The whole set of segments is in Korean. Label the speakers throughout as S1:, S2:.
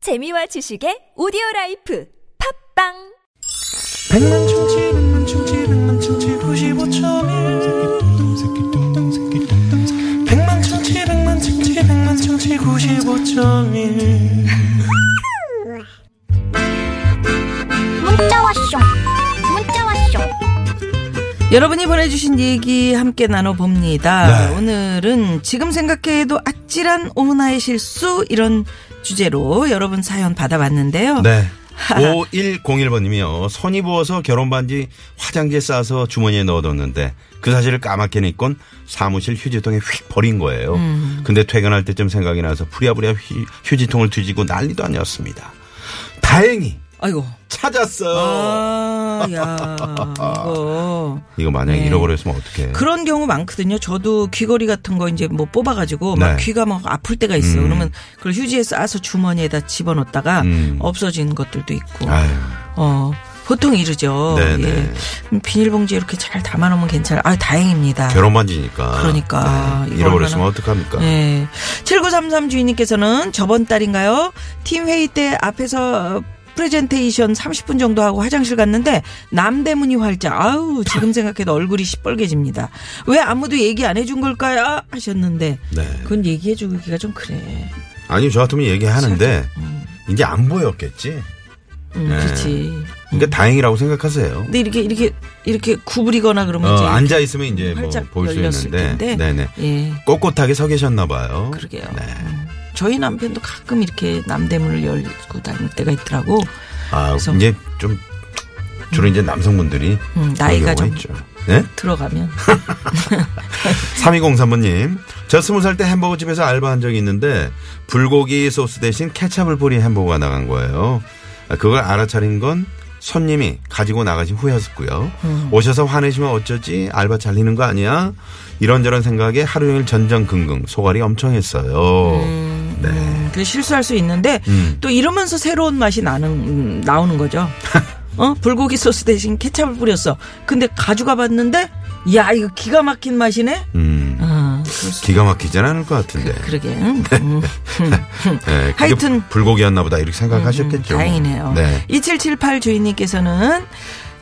S1: 재미와 지식의 오디오 라이프 팝빵
S2: 백만 충치 백만 충치 백만 충치 구십오점일
S3: 네.
S2: 백만 충치 백만 충치 백만 충치 구십오점일
S4: 문자 왔쇼 문자 왔쇼
S5: 여러분이 보내주신 얘기 함께 나눠봅니다.
S3: 네.
S5: 오늘은 지금 생각해도 아찔한 오나의 실수 이런 주제로 여러분 사연 받아봤는데요.
S3: 네. 5101번님이요. 손이 부어서 결혼 반지 화장지에 싸서 주머니에 넣어뒀는데 그 사실을 까맣게 잊곤 사무실 휴지통에 휙 버린 거예요.
S2: 음.
S3: 근데 퇴근할 때쯤 생각이 나서 부랴부랴 휴- 휴지통을 뒤지고 난리도 아니었습니다. 다행히
S5: 아이고.
S3: 찾았어요.
S5: 아, 야, 이거.
S3: 이거 만약에
S5: 네.
S3: 잃어버렸으면 어떡해.
S5: 그런 경우 많거든요. 저도 귀걸이 같은 거 이제 뭐 뽑아가지고 막
S3: 네.
S5: 귀가 막 아플 때가 있어요. 그러면 그걸 휴지에 싸서 주머니에다 집어넣다가
S3: 음.
S5: 없어진 것들도 있고.
S3: 아유.
S5: 어, 보통 이러죠.
S3: 네네.
S5: 예. 비닐봉지에 이렇게 잘 담아놓으면 괜찮아. 아, 다행입니다.
S3: 결혼 반지니까.
S5: 그러니까.
S3: 네.
S5: 이거
S3: 잃어버렸으면
S5: 얼마나-
S3: 어떡합니까?
S5: 네. 7933 주인님께서는 저번 달인가요? 팀 회의 때 앞에서 프레젠테이션 30분 정도 하고 화장실 갔는데 남대문이 활짝 아우 지금 생각해도 얼굴이 시뻘개집니다. 왜 아무도 얘기 안 해준 걸까요? 하셨는데
S3: 네.
S5: 그건 얘기해 주기가 좀 그래.
S3: 아니, 저 같으면 얘기하는데 이제 안 보였겠지.
S5: 음,
S3: 네.
S5: 그렇지.
S3: 그러니까 다행이라고 생각하세요.
S5: 근데 이렇게 이렇게 이렇게 구부리거나 그러면
S3: 어,
S5: 음. 이제
S3: 앉아 있으면 이제 뭐
S5: 활짝
S3: 볼 수
S5: 열렸을
S3: 있는데,
S5: 텐데.
S3: 네네.
S5: 예.
S3: 꼿꼿하게 서 계셨나 봐요.
S5: 그러게요.
S3: 네.
S5: 음. 저희 남편도 가끔 이렇게 남대문을 열고 다닐 때가 있더라고.
S3: 아
S5: 그래서-
S3: 이제 좀 주로 이제 남성분들이
S5: 음, 나이가
S3: 그런 경우가
S5: 좀
S3: 있죠. 네?
S5: 들어가면
S3: 3203번님, 저 스무 살 때 햄버거 집에서 알바한 적이 있는데 불고기 소스 대신 케찹을 뿌린 햄버거가 나간 거예요. 아, 그걸 알아차린 건 손님이 가지고 나가신 후였고요.
S5: 음.
S3: 오셔서 화내시면 어쩌지? 알바 잘리는 거 아니야? 이런저런 생각에 하루 종일 전전긍긍 소갈이 엄청 했어요. 네.
S5: 음, 그 실수할 수 있는데
S3: 음.
S5: 또 이러면서 새로운 맛이 나는 음, 나오는 거죠. 어 불고기 소스 대신 케찹을 뿌렸어. 근데 가져가 봤는데 야 이거 기가 막힌 맛이네.
S3: 음. 네.
S5: 아, 그럴 수-
S3: 기가 막히진 않을 것 같은데.
S5: 그러게. 음, 음.
S3: 예, 그게
S5: 하여튼. 음,
S3: 불고기였나 보다 이렇게 생각하셨겠죠.
S5: 다행이네요.
S3: 네.
S5: 2778 주인님께서는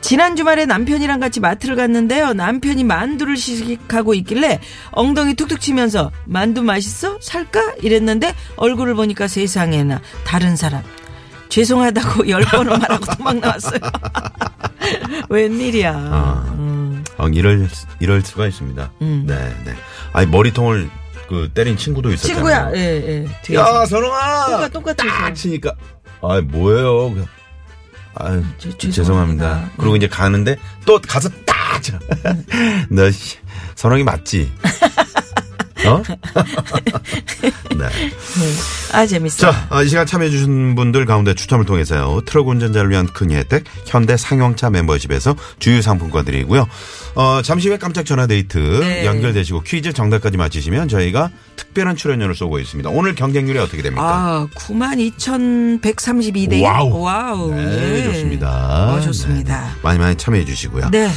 S5: 지난 주말에 남편이랑 같이 마트를 갔는데요. 남편이 만두를 시식하고 있길래 엉덩이 툭툭 치면서 만두 맛있어? 살까? 이랬는데 얼굴을 보니까 세상에나 다른 사람. 죄송하다고 열 번을 말하고 도망 나왔어요. 웬일이야.
S3: 아.
S5: 음,
S3: 어, 이럴 수- 이럴 수가 있습니다. 네, 네. 아니 머리통을 그 때린 친구도
S5: 친구야,
S3: 있었잖아요.
S5: 예, 예. 뒤에서.
S3: 야,
S5: 똑같-
S3: 선홍아.
S5: 똑같은
S3: 딱
S5: 사람.
S3: 치니까 아, 뭐예요? 그냥, 아유,
S5: 제-
S3: 죄송합니다.
S5: 죄송합니다.
S3: 그리고 이제 가는데 또 가서 딱 쳐. 너 씨, 선홍이 맞지? 어? 네.
S5: 아, 재밌어.
S3: 자, 아, 이 시간 참여해주신 분들 가운데 추첨을 통해서요. 트럭 운전자를 위한 큰 혜택, 현대 상용차 멤버십에서 주유 상품권 드리고요. 어, 잠시 후에 깜짝 전화 데이트
S5: 네.
S3: 연결되시고 퀴즈 정답까지 맞히시면 저희가 특별한 출연료를 쏘고 있습니다. 오늘 경쟁률이 어떻게 됩니까?
S5: 아, 92,132대.
S3: 와우.
S5: 와우.
S3: 네,
S5: 예.
S3: 좋습니다.
S5: 어, 좋습니다.
S3: 네, 네. 많이 많이 참여해 주시고요.
S5: 네.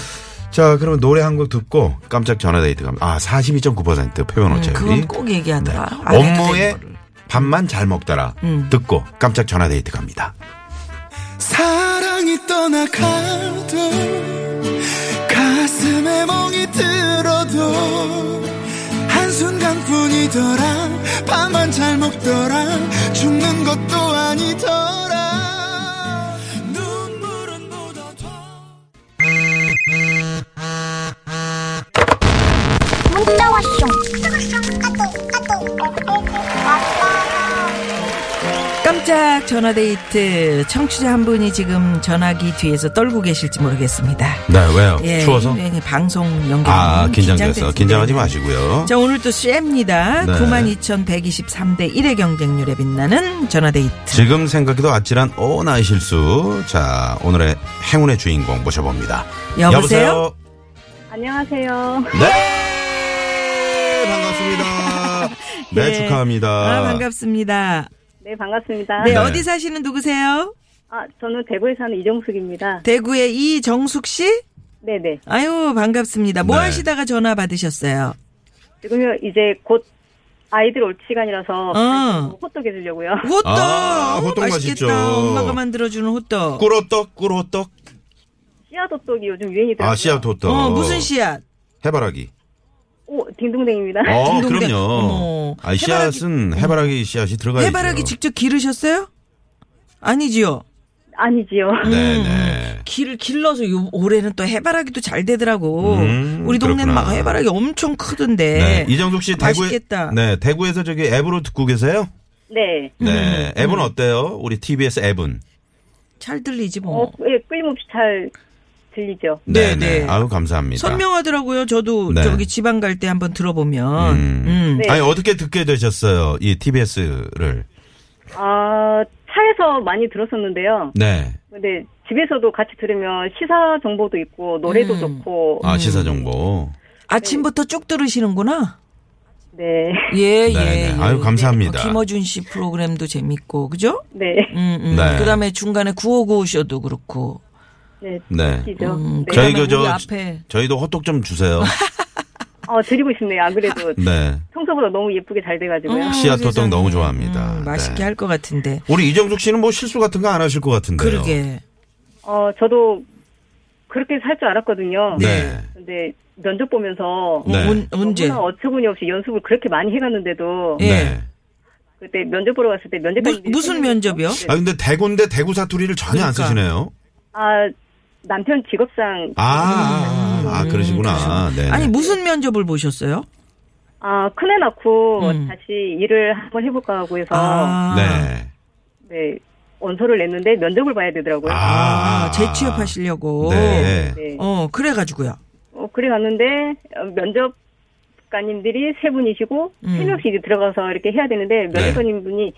S3: 자, 그러면 노래 한 곡 듣고 깜짝 전화 데이트 갑니다. 아, 42.9% 표현
S5: 음,
S3: 오차율이.
S5: 그건 꼭 얘기하더라. 안 해도 되는
S3: 네. 업무에
S5: 거를.
S3: 밥만 잘 먹더라.
S5: 음.
S3: 듣고 깜짝 전화 데이트 갑니다.
S2: 사랑이 떠나가도 가슴에 멍이 들어도 한순간뿐이더라 밥만 잘 먹더라 죽는 것도 아니더라 눈물은 묻어도
S4: 문자 왔쇼 까똑 까똑 왔어요
S5: 깜짝 전화데이트 청취자 한 분이 지금 전화기 뒤에서 떨고 계실지 모르겠습니다.
S3: 네, 왜요?
S5: 예,
S3: 추워서?
S5: 예, 방송 연결.
S3: 아, 긴장돼서. 긴장하지
S5: 네.
S3: 마시고요.
S5: 자, 오늘 또 쇠입니다.
S3: 네.
S5: 92,123대 1의 경쟁률에 빛나는 전화데이트.
S3: 지금 생각해도 아찔한 오 나의 실수. 자, 오늘의 행운의 주인공 모셔봅니다.
S5: 여보세요?
S6: 안녕하세요.
S3: 네! 반갑습니다. 네,
S5: 예.
S3: 축하합니다.
S5: 아, 반갑습니다.
S6: 네, 반갑습니다.
S5: 네,
S3: 네.
S5: 어디 사시는 누구세요?
S6: 아, 저는 대구에 사는 이정숙입니다.
S5: 대구의 이정숙 씨?
S6: 네, 네.
S5: 아유, 반갑습니다. 뭐
S3: 네.
S5: 하시다가 전화 받으셨어요?
S6: 지금요 이제 곧 아이들 올 시간이라서 뭐
S5: 어.
S6: 호떡 해주려고요.
S5: 호떡.
S3: 아,
S5: 어,
S3: 호떡 맛있죠.
S5: 엄마가 만들어주는 호떡.
S3: 꿀호떡, 꿀호떡.
S6: 씨앗 호떡이 요즘 유행이더라고요.
S3: 아, 씨앗 호떡.
S5: 어, 무슨 씨앗?
S3: 해바라기.
S6: 오, 딩동댕입니다.
S3: 어,
S5: 딩동댕. 아, 어머.
S3: 그럼요. 아, 씨앗은 해바라기 씨앗이 들어가있죠.
S5: 해바라기 직접 기르셨어요? 아니지요.
S6: 아니지요.
S3: 네네.
S5: 길을 길러서 요 올해는 또 해바라기도 잘 되더라고.
S3: 음,
S5: 우리 동네는
S3: 그렇구나.
S5: 막 해바라기 엄청 크던데.
S3: 네. 이정숙 씨 대구에
S5: 예. 맛있겠다.
S3: 네, 대구에서 저기 앱으로 듣고 계세요?
S6: 네.
S5: 음.
S3: 네. 앱은 어때요? 우리 TBS 앱은.
S5: 잘 들리지 뭐.
S6: 어, 예, 끊임없이 잘 들리죠.
S5: 네,
S3: 네네.
S5: 네.
S3: 아유, 감사합니다.
S5: 선명하더라고요. 저도
S3: 네.
S5: 저기 지방 갈 때 한번 들어보면.
S3: 음.
S5: 음.
S6: 네.
S3: 아니, 어떻게 듣게 되셨어요? 이 TBS를.
S6: 아, 차에서 많이 들었었는데요.
S3: 네.
S6: 근데 집에서도 같이 들으면 시사 정보도 있고 노래도 좋고
S5: 음.
S3: 아, 시사정보.
S5: 아침부터 쭉 들으시는구나.
S6: 네.
S5: 예, 예,
S3: 네, 네.
S5: 예.
S3: 아유, 감사합니다.
S5: 어, 김어준 씨 프로그램도 재밌고, 그죠?
S6: 네.
S5: 음, 음.
S3: 네.
S5: 그 다음에 중간에 구호구호 쇼도 그렇고.
S6: 네.
S3: 네.
S6: 듣기죠.
S5: 음,
S6: 네.
S5: 그다음에
S3: 저희 그, 저,
S5: 우리 앞에.
S3: 저희도 호떡 좀 주세요.
S6: 어, 드리고 싶네요. 안 그래도
S3: 네.
S6: 평소보다 너무 예쁘게 잘 돼가지고요.
S5: 음.
S3: 씨앗 호떡
S5: 세상에.
S3: 너무 좋아합니다.
S5: 음, 맛있게
S3: 네.
S5: 할 것 같은데.
S3: 우리 이정숙 씨는 뭐 실수 같은 거 안 하실 것 같은데요.
S5: 그러게.
S6: 어, 저도 그렇게 살 줄 알았거든요.
S3: 네.
S6: 근데 면접 보면서
S3: 네.
S5: 온, 어, 언제?
S6: 너무나 어처구니 없이 연습을 그렇게 많이 해갔는데도
S5: 예.
S3: 네.
S6: 그때 면접 보러 갔을 때 면접
S5: 무, 무슨 면접이요?
S3: 아 근데 대구인데 대구 사투리를 전혀 안
S5: 그러니까.
S3: 쓰시네요.
S6: 아 남편 직업상
S3: 아, 아, 아, 아, 그러시구나. 네.
S5: 음, 아니, 무슨 면접을 보셨어요?
S6: 아 큰애 낳고
S5: 음. 아.
S6: 다시 일을 한번 해볼까 하고 해서
S3: 네.
S6: 네 원서를 냈는데 면접을 봐야 되더라고요.
S3: 아.
S5: 아, 재취업하시려고.
S3: 네.
S6: 네.
S5: 어, 그래가지고요.
S6: 어, 그래 갔는데 어, 면접관님들이 세 분이시고
S5: 음.
S6: 세 명씩 이제 들어가서 이렇게 해야
S3: 네.
S6: 되는데 면접관님 분이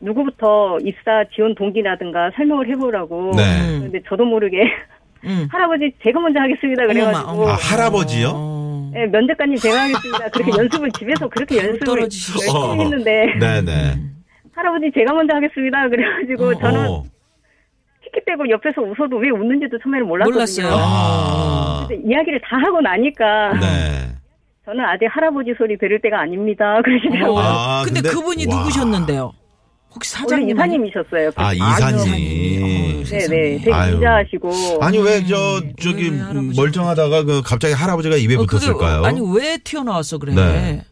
S6: 누구부터 입사 지원 동기라든가 설명을 해보라고.
S3: 네.
S5: 음.
S6: 근데 저도 모르게
S5: 음.
S6: 할아버지 제가 먼저 하겠습니다 그래가지고
S5: 어머마, 어머.
S3: 아, 할아버지요?
S5: 어.
S6: 예, 면접관님 제가 하겠습니다. 그렇게 연습을 집에서 그렇게 연습을
S5: 떨어지시죠.
S6: 열심히
S3: 어.
S6: 했는데
S3: 네, 네.
S5: 음.
S6: 할아버지 제가 먼저 하겠습니다. 그래가지고 저는
S3: 어.
S6: 티키 빼고 옆에서 웃어도 왜 웃는지도 처음에는 몰랐거든요.
S5: 몰랐어요.
S3: 아.
S6: 근데 이야기를 다 하고 나니까
S5: 아.
S3: 네.
S6: 저는 아직 할아버지 소리 들을 때가 아닙니다. 그러시더라고요.
S5: 어.
S3: 아,
S5: 근데,
S3: 근데-
S5: 그분이
S3: 와.
S5: 누구셨는데요? 혹시
S6: 원래
S5: 사장님?
S6: 이사님이셨어요.
S3: 아,
S5: 아니요,
S3: 이사님.
S5: 사장님.
S6: 네네. 되게
S3: 아유.
S6: 인자하시고.
S3: 아니 왜 저 저기
S5: 왜 할아버지-
S3: 멀쩡하다가 그 갑자기 할아버지가 입에
S5: 어, 그게,
S3: 붙었을까요?
S5: 아니, 왜 튀어나왔어, 그래?
S3: 네.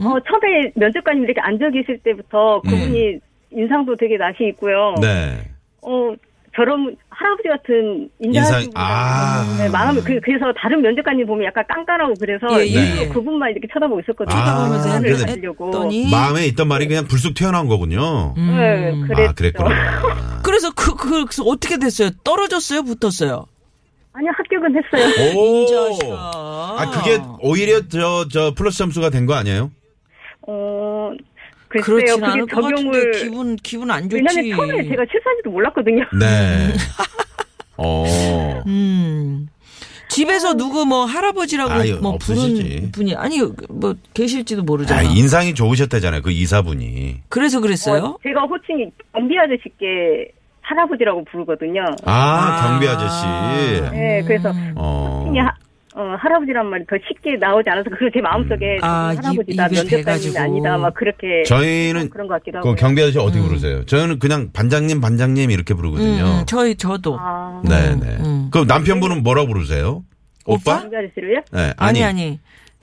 S6: 어, 처음에 면접관님 이렇게 앉아 계실 때부터 그분이 인상도 되게 낯이 있고요.
S3: 음. 네.
S6: 어, 저런 할아버지 같은 인자하신
S3: 인상- 아.
S6: 분이 네, 마음이 그, 그래서 다른 면접관님 보면 약간 깐깐하고 그래서
S5: 예, 예.
S6: 일부러
S5: 네.
S6: 그분만 이렇게 쳐다보고 있었거든요.
S3: 쳐다보면서
S6: 화를
S3: 아, 그래도-
S6: 내려고.
S5: 했더니
S3: 마음에 있던 말이 그냥 불쑥 튀어나온 거군요.
S6: 네,
S5: 음.
S6: 그랬죠.
S3: 아, 그랬구나.
S5: 그래서 그, 그, 그래서 어떻게 됐어요? 떨어졌어요? 붙었어요?
S6: 아니 합격은 했어요.
S3: 오.
S5: 인자하시다.
S3: 아, 그게 오히려 저, 저 플러스 점수가 된 거 아니에요?
S6: 어, 글쎄요.
S5: 그렇진
S6: 그게
S5: 않을 것 같은데
S6: 적용을
S5: 기분, 기분 안 좋지.
S6: 왜냐면 처음에 제가 실수한지도 몰랐거든요.
S3: 네. 어.
S5: 음.
S6: 아.
S5: 집에서 누구 뭐 할아버지라고
S3: 아유,
S5: 뭐
S3: 없으시지.
S5: 부른 분이 아니 뭐 계실지도 모르잖아.
S3: 아, 인상이 좋으셨다잖아요. 그 이사분이.
S5: 그래서 그랬어요?
S6: 제가 호칭이 경비 아저씨께 할아버지라고 부르거든요.
S3: 아, 경비 아저씨.
S5: 음.
S6: 네, 그래서
S3: 어.
S6: 호칭이 하, 어, 할아버지란 말이 더 쉽게 나오지 않아서 그리고 제 마음속에 저는
S5: 아, 입-
S6: 할아버지다
S5: 입에
S6: 면접관이
S5: 돼가지고.
S6: 아니다 막 그렇게
S3: 저희는
S6: 그런 것 같기도 하고.
S3: 그 경비 아저씨 어떻게 부르세요? 저는 그냥 반장님, 반장님 이렇게 부르거든요.
S5: 음, 저희 저도
S6: 아,
S3: 네네.
S5: 음.
S3: 그럼 남편분은 뭐라 부르세요? 오빠?
S6: 경비 아저씨를요?
S3: 네,
S5: 아니
S3: 아니,
S5: 아니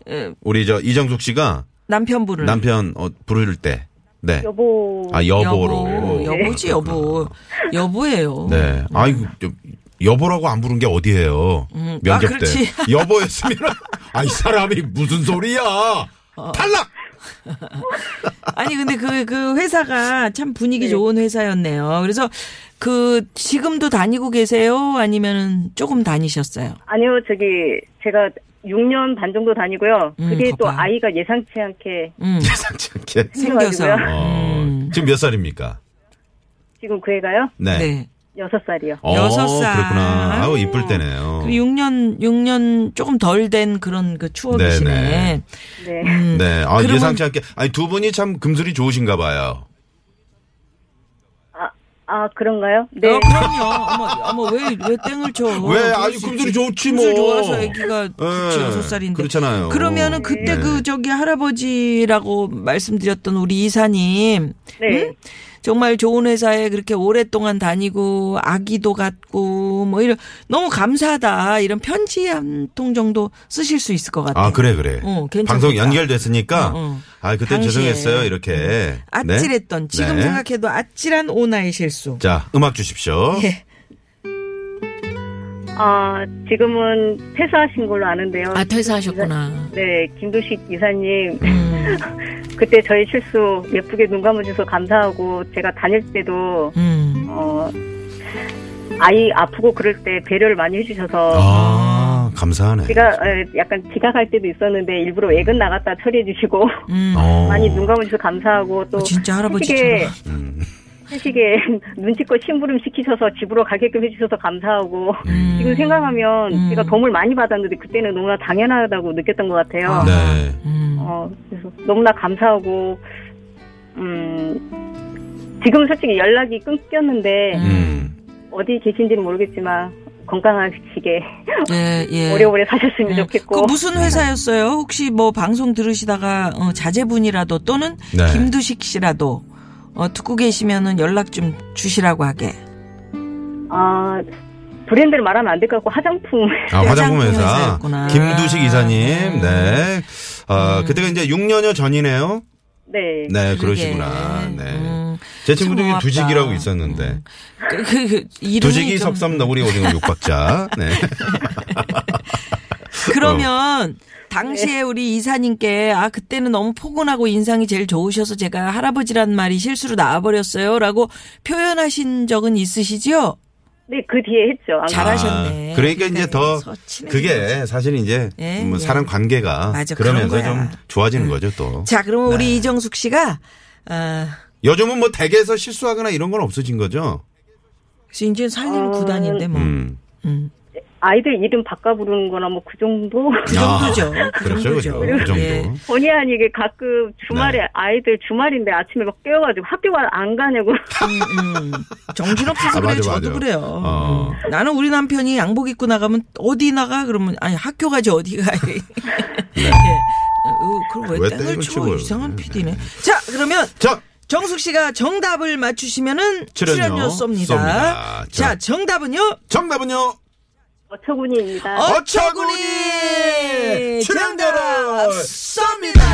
S5: 에,
S3: 우리 저 이정숙 씨가
S5: 남편분을
S3: 남편 어, 부를 때. 네.
S6: 여보.
S3: 아, 여보로.
S5: 네.
S3: 아.
S5: 여보 여보지 여보 여보예요.
S3: 네. 아이고, 저, 여보라고 안 부른 게 어디예요?
S5: 음,
S3: 면접
S5: 아,
S3: 때.
S5: 그렇지.
S3: 여보였으면, 아, 이 사람이 무슨 소리야!
S5: 어.
S3: 탈락!
S5: 아니 근데 그 그 회사가 참
S6: 네.
S5: 분위기 좋은 회사였네요. 그래서 그 지금도 다니고 계세요? 아니면은 조금 다니셨어요?
S6: 아니요, 저기 제가 6년 반 정도 다니고요.
S5: 음,
S6: 그게 또
S5: 봐봐.
S6: 아이가 예상치 않게
S5: 음.
S3: 예상치 않게.
S5: 생겨서.
S6: 생겨가지고요.
S3: 어, 지금 몇 살입니까?
S6: 지금 그 애가요?
S3: 네.
S5: 네.
S6: 6살이요.
S3: 어,
S5: 여섯 살.
S3: 그렇구나. 아우, 이쁠
S5: 그
S3: 때네요.
S5: 6년 6년 조금 덜 된 그런 그 추억이시네.
S3: 네, 네.
S6: 네.
S5: 음.
S3: 네. 아,
S5: 그러면-
S3: 예상치 않게. 아니, 두 분이 참 금술이 좋으신가 봐요.
S6: 아, 아, 아, 그런가요? 네.
S5: 어, 그럼요. 어머, 어머, 왜, 왜 땡을 쳐?
S3: 왜? 아주
S5: 어, 그럴
S3: 금슬이
S5: 수 있지.
S3: 좋지, 뭐.
S5: 금슬 좋아서 애기가
S3: 예,
S5: 여섯 살인데.
S3: 그렇잖아요.
S5: 그러면은 그때
S3: 네.
S5: 그 저기 할아버지라고 말씀드렸던 우리 이사님.
S6: 네.
S5: 응? 정말 좋은 회사에 그렇게 오랫동안 다니고 아기도 갖고 뭐 이런 너무 감사하다 이런 편지 한 통 정도 쓰실 수 있을 것 같아요.
S3: 아 그래 그래.
S5: 어, 괜찮겠다.
S3: 방송 연결됐으니까
S5: 어, 어.
S3: 아 그때
S5: 당시에.
S3: 죄송했어요 이렇게. 네?
S5: 아찔했던 지금
S3: 네.
S5: 생각해도 아찔한 오나의 실수.
S3: 자 음악 주십시오.
S5: 예.
S6: 아, 지금은 퇴사하신 걸로 아는데요.
S5: 아 퇴사하셨구나.
S6: 네, 김도식 이사님.
S5: 음,
S6: 그때 저의 실수 예쁘게 눈 감아주셔서 감사하고 제가 다닐 때도
S5: 음.
S6: 어, 아이 아프고 그럴 때 배려를 많이 해주셔서
S3: 아 감사하네.
S6: 제가 에, 약간 지각할 때도 있었는데 일부러 외근 나갔다 처리해 주시고
S5: 음.
S3: 어.
S6: 많이 눈 감아주셔서 감사하고 또
S5: 어, 진짜
S6: 한식에
S5: 할아버지처럼.
S3: 음.
S6: 한식에 눈치껏 심부름 시키셔서 집으로 가게끔 해주셔서 감사하고
S3: 음.
S6: 지금 생각하면
S5: 음.
S6: 제가 도움을 많이 받았는데 그때는 너무나 당연하다고 느꼈던 것 같아요.
S5: 아.
S3: 네.
S5: 음.
S6: 어, 그래서 너무나 감사하고, 음, 지금 솔직히 연락이 끊겼는데,
S3: 음.
S6: 어디 계신지는 모르겠지만, 건강하시게
S5: 예, 예.
S6: 오래오래 사셨으면
S5: 예. 그
S6: 좋겠고,
S5: 무슨
S3: 네.
S5: 회사였어요? 혹시 뭐 방송 들으시다가 어, 자제분이라도 또는
S3: 네.
S5: 김두식 씨라도 어, 듣고 계시면은 연락 좀 주시라고 하게.
S6: 아, 브랜드를 말하면 안 될 것 같고, 화장품.
S3: 아, 화장품 회사.
S5: 회사였구나.
S3: 김두식 이사님.
S5: 음.
S3: 네. 아, 그때가 이제 6년여 전이네요.
S6: 네.
S3: 네,
S5: 그러게.
S3: 그러시구나. 네.
S5: 음,
S3: 제 친구
S5: 참
S3: 중에
S5: 고맙다.
S3: 두직이라고 있었는데.
S5: 음. 그, 그, 그 이름이
S3: 두직이
S5: 좀-
S3: 석삼 너구리 오징어 육박자. 네.
S5: 그러면
S3: 어.
S5: 당시에 우리 이사님께 아 그때는 너무 포근하고 인상이 제일 좋으셔서 제가 할아버지란 말이 실수로 나와버렸어요라고 표현하신 적은 있으시죠?
S6: 네, 그 뒤에 했죠. 안
S5: 잘하- 잘하셨네.
S3: 아, 그러니까 이제 더
S5: 그래서 친해진
S3: 그게 사실 이제
S5: 예,
S3: 뭐
S5: 예.
S3: 사람 관계가
S5: 맞아,
S3: 그러면서
S5: 그런
S3: 좀
S5: 거야. 음.
S3: 좋아지는 거죠 또.
S5: 자, 그러면
S3: 네.
S5: 우리 이정숙 씨가 아
S3: 요즘은 뭐 댁에서 실수하거나 이런 건 없어진 거죠.
S5: 그래서 이제 살림 구단인데 뭐.
S3: 음.
S5: 음.
S6: 아이들 이름 바꿔 부르는 거나 뭐 그 정도?
S5: 그 정도죠.
S3: 아,
S5: 그
S3: 그렇죠,
S5: 정도죠.
S3: 그렇죠. 그 정도.
S5: 예.
S6: 본의 아니게 가끔 주말에 아이들 주말인데 아침에 막 깨워가지고 학교가 안 가냐고.
S5: 음, 음. 정신없어서
S3: 아,
S5: 그래요.
S3: 맞아,
S5: 저도
S3: 맞아.
S5: 그래요.
S3: 어.
S5: 음. 나는 우리 남편이 양복 입고 나가면 어디 나가? 그러면 아니 학교 가지 어디 가? 예. 어, 그럼
S3: 네. 왜
S5: 왜 땡을
S3: 땡을
S5: 치고
S3: 치고요?
S5: 이상한
S3: 네,
S5: PD네. 자, 그러면
S3: 자,
S5: 정숙 씨가 정답을 맞추시면은
S3: 출연료
S5: 출연료 쏩니다.
S3: 쏩니다. 자. 어,
S5: 자, 정답은요?
S3: 정답은요.
S6: 어처구니입니다.
S3: 어처구니! 출연료를
S5: 쏩니다.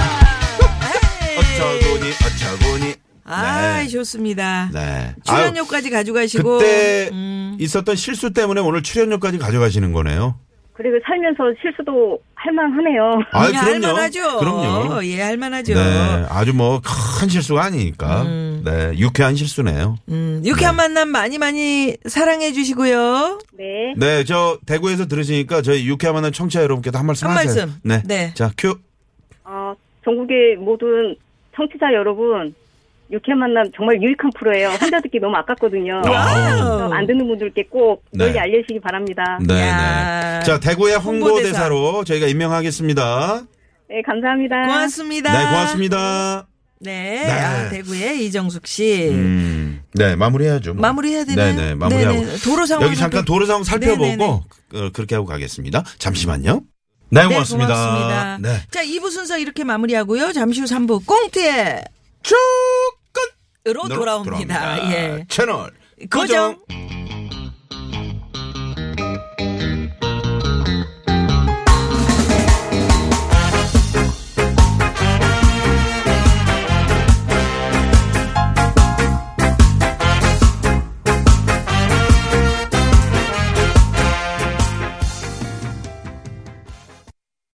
S3: 어쩌고니 어쩌고니.
S5: 아,
S3: 네.
S5: 좋습니다.
S3: 네.
S5: 출연료까지
S3: 아유,
S5: 가져가시고
S3: 그때
S5: 음.
S3: 있었던 실수 때문에 오늘 출연료까지 가져가시는 거네요.
S6: 그리고 살면서 실수도 할만하네요.
S3: 아,
S5: 예, 할만하죠.
S3: 그럼요.
S5: 예, 할만하죠.
S3: 네, 아주 뭐 큰 실수가 아니니까. 네, 유쾌한 실수네요.
S5: 음, 유쾌한 만남 많이 많이 사랑해 주시고요.
S6: 네.
S3: 네, 저 대구에서 들으시니까 저희 유쾌한 만남 청취자 여러분께도 한 말씀
S5: 한
S3: 하세요.
S5: 말씀.
S3: 네.
S5: 네.
S3: 자, 큐.
S6: 어, 전국의 모든 청취자 여러분, 유쾌 만남 정말 유익한 프로예요. 혼자 듣기 너무 아깝거든요.
S3: 와우.
S5: 어,
S6: 그래서 안 듣는 분들께 꼭
S3: 네.
S6: 널리 알려주시기 바랍니다.
S3: 네,
S5: 야.
S3: 네. 자, 대구의 홍보대사로 저희가 임명하겠습니다.
S6: 네, 감사합니다.
S5: 고맙습니다.
S3: 네, 고맙습니다.
S5: 네.
S3: 네.
S5: 아, 대구의 이정숙 씨.
S3: 음, 네, 마무리해야죠. 뭐.
S5: 마무리해야 되나요?
S3: 네, 네, 마무리하고.
S5: 네네, 도로 상황
S3: 여기 잠깐
S5: 살펴-
S3: 도로 상황
S5: 네, 네,
S3: 살펴보고 어, 그렇게 하고 가겠습니다. 잠시만요. 네,
S5: 네,
S3: 고맙습니다.
S5: 고맙습니다.
S3: 네.
S5: 자, 2부 순서 이렇게 마무리하고요. 잠시 후 3부 꽁트에
S3: 축! 끝!
S5: 으로 돌아옵니다. 예.
S3: 채널
S5: 고정.
S3: 고정.